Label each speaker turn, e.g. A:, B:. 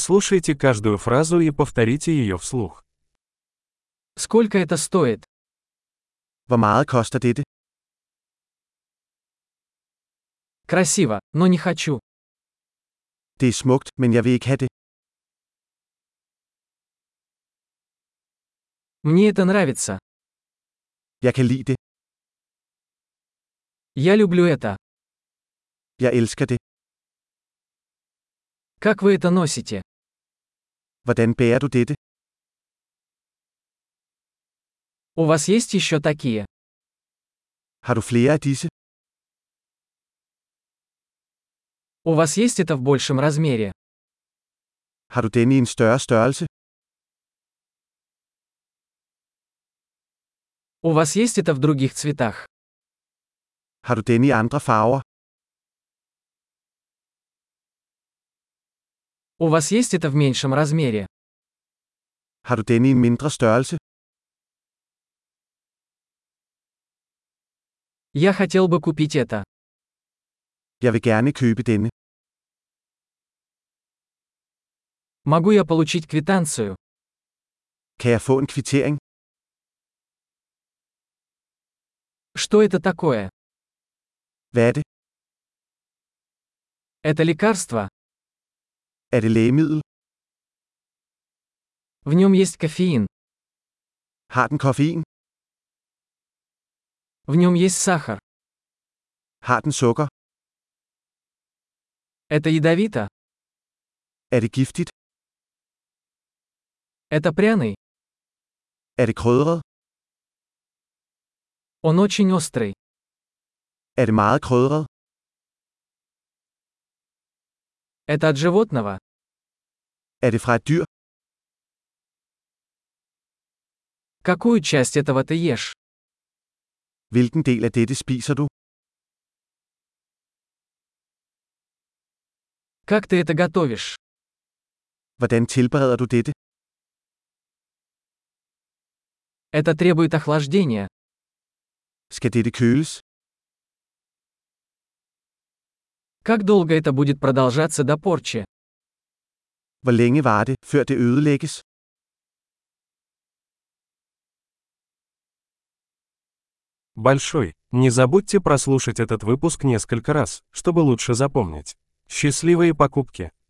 A: Прослушайте каждую фразу и повторите ее вслух.
B: Сколько это стоит?
C: Hvor meget koster dette?
B: Красиво, но не хочу.
C: Det er smukt, men jeg vil ikke have det.
B: Мне это нравится.
C: Jeg kan lide det.
B: Я люблю это.
C: Jeg elsker det.
B: Как вы это носите?
C: Hvordan bærer du dette?
B: У вас есть еще такие?
C: Har du flere af disse?
B: У вас есть это в большем размере?
C: Har du denne i en større størrelse?
B: У вас есть это в других цветах?
C: Har du denne i andre farver?
B: У вас есть это в меньшем размере?
C: Har du denne i en mindre størrelse?
B: Я хотел бы купить это.
C: Jeg vil gerne købe denne.
B: Могу я получить квитанцию?
C: Kan jeg få en kvittering?
B: Что это такое?
C: Hvad er det?
B: Это лекарство?
C: Er det lægemiddel?
B: В нем есть кофеин.
C: Har den koffein?
B: В нем есть сахар.
C: Har den sukker?
B: Это ядовито?
C: Er det giftigt?
B: Это пряный?
C: Er det krydret?
B: Он очень острый.
C: Er det meget krydret?
B: Это от животного?
C: Er det fra et dyr?
B: Какую часть этого ты ешь?
C: Hvilken del af dette spiser du?
B: Как ты это готовишь?
C: Hvordan tilbereder du dette?
B: Это требует охлаждения.
C: Skal dette køles?
B: Как долго это будет продолжаться до порчи?
C: Hvor længe var det, før det ødelægges?
A: Большой. Не забудьте прослушать этот выпуск несколько раз, чтобы лучше запомнить. Счастливые покупки!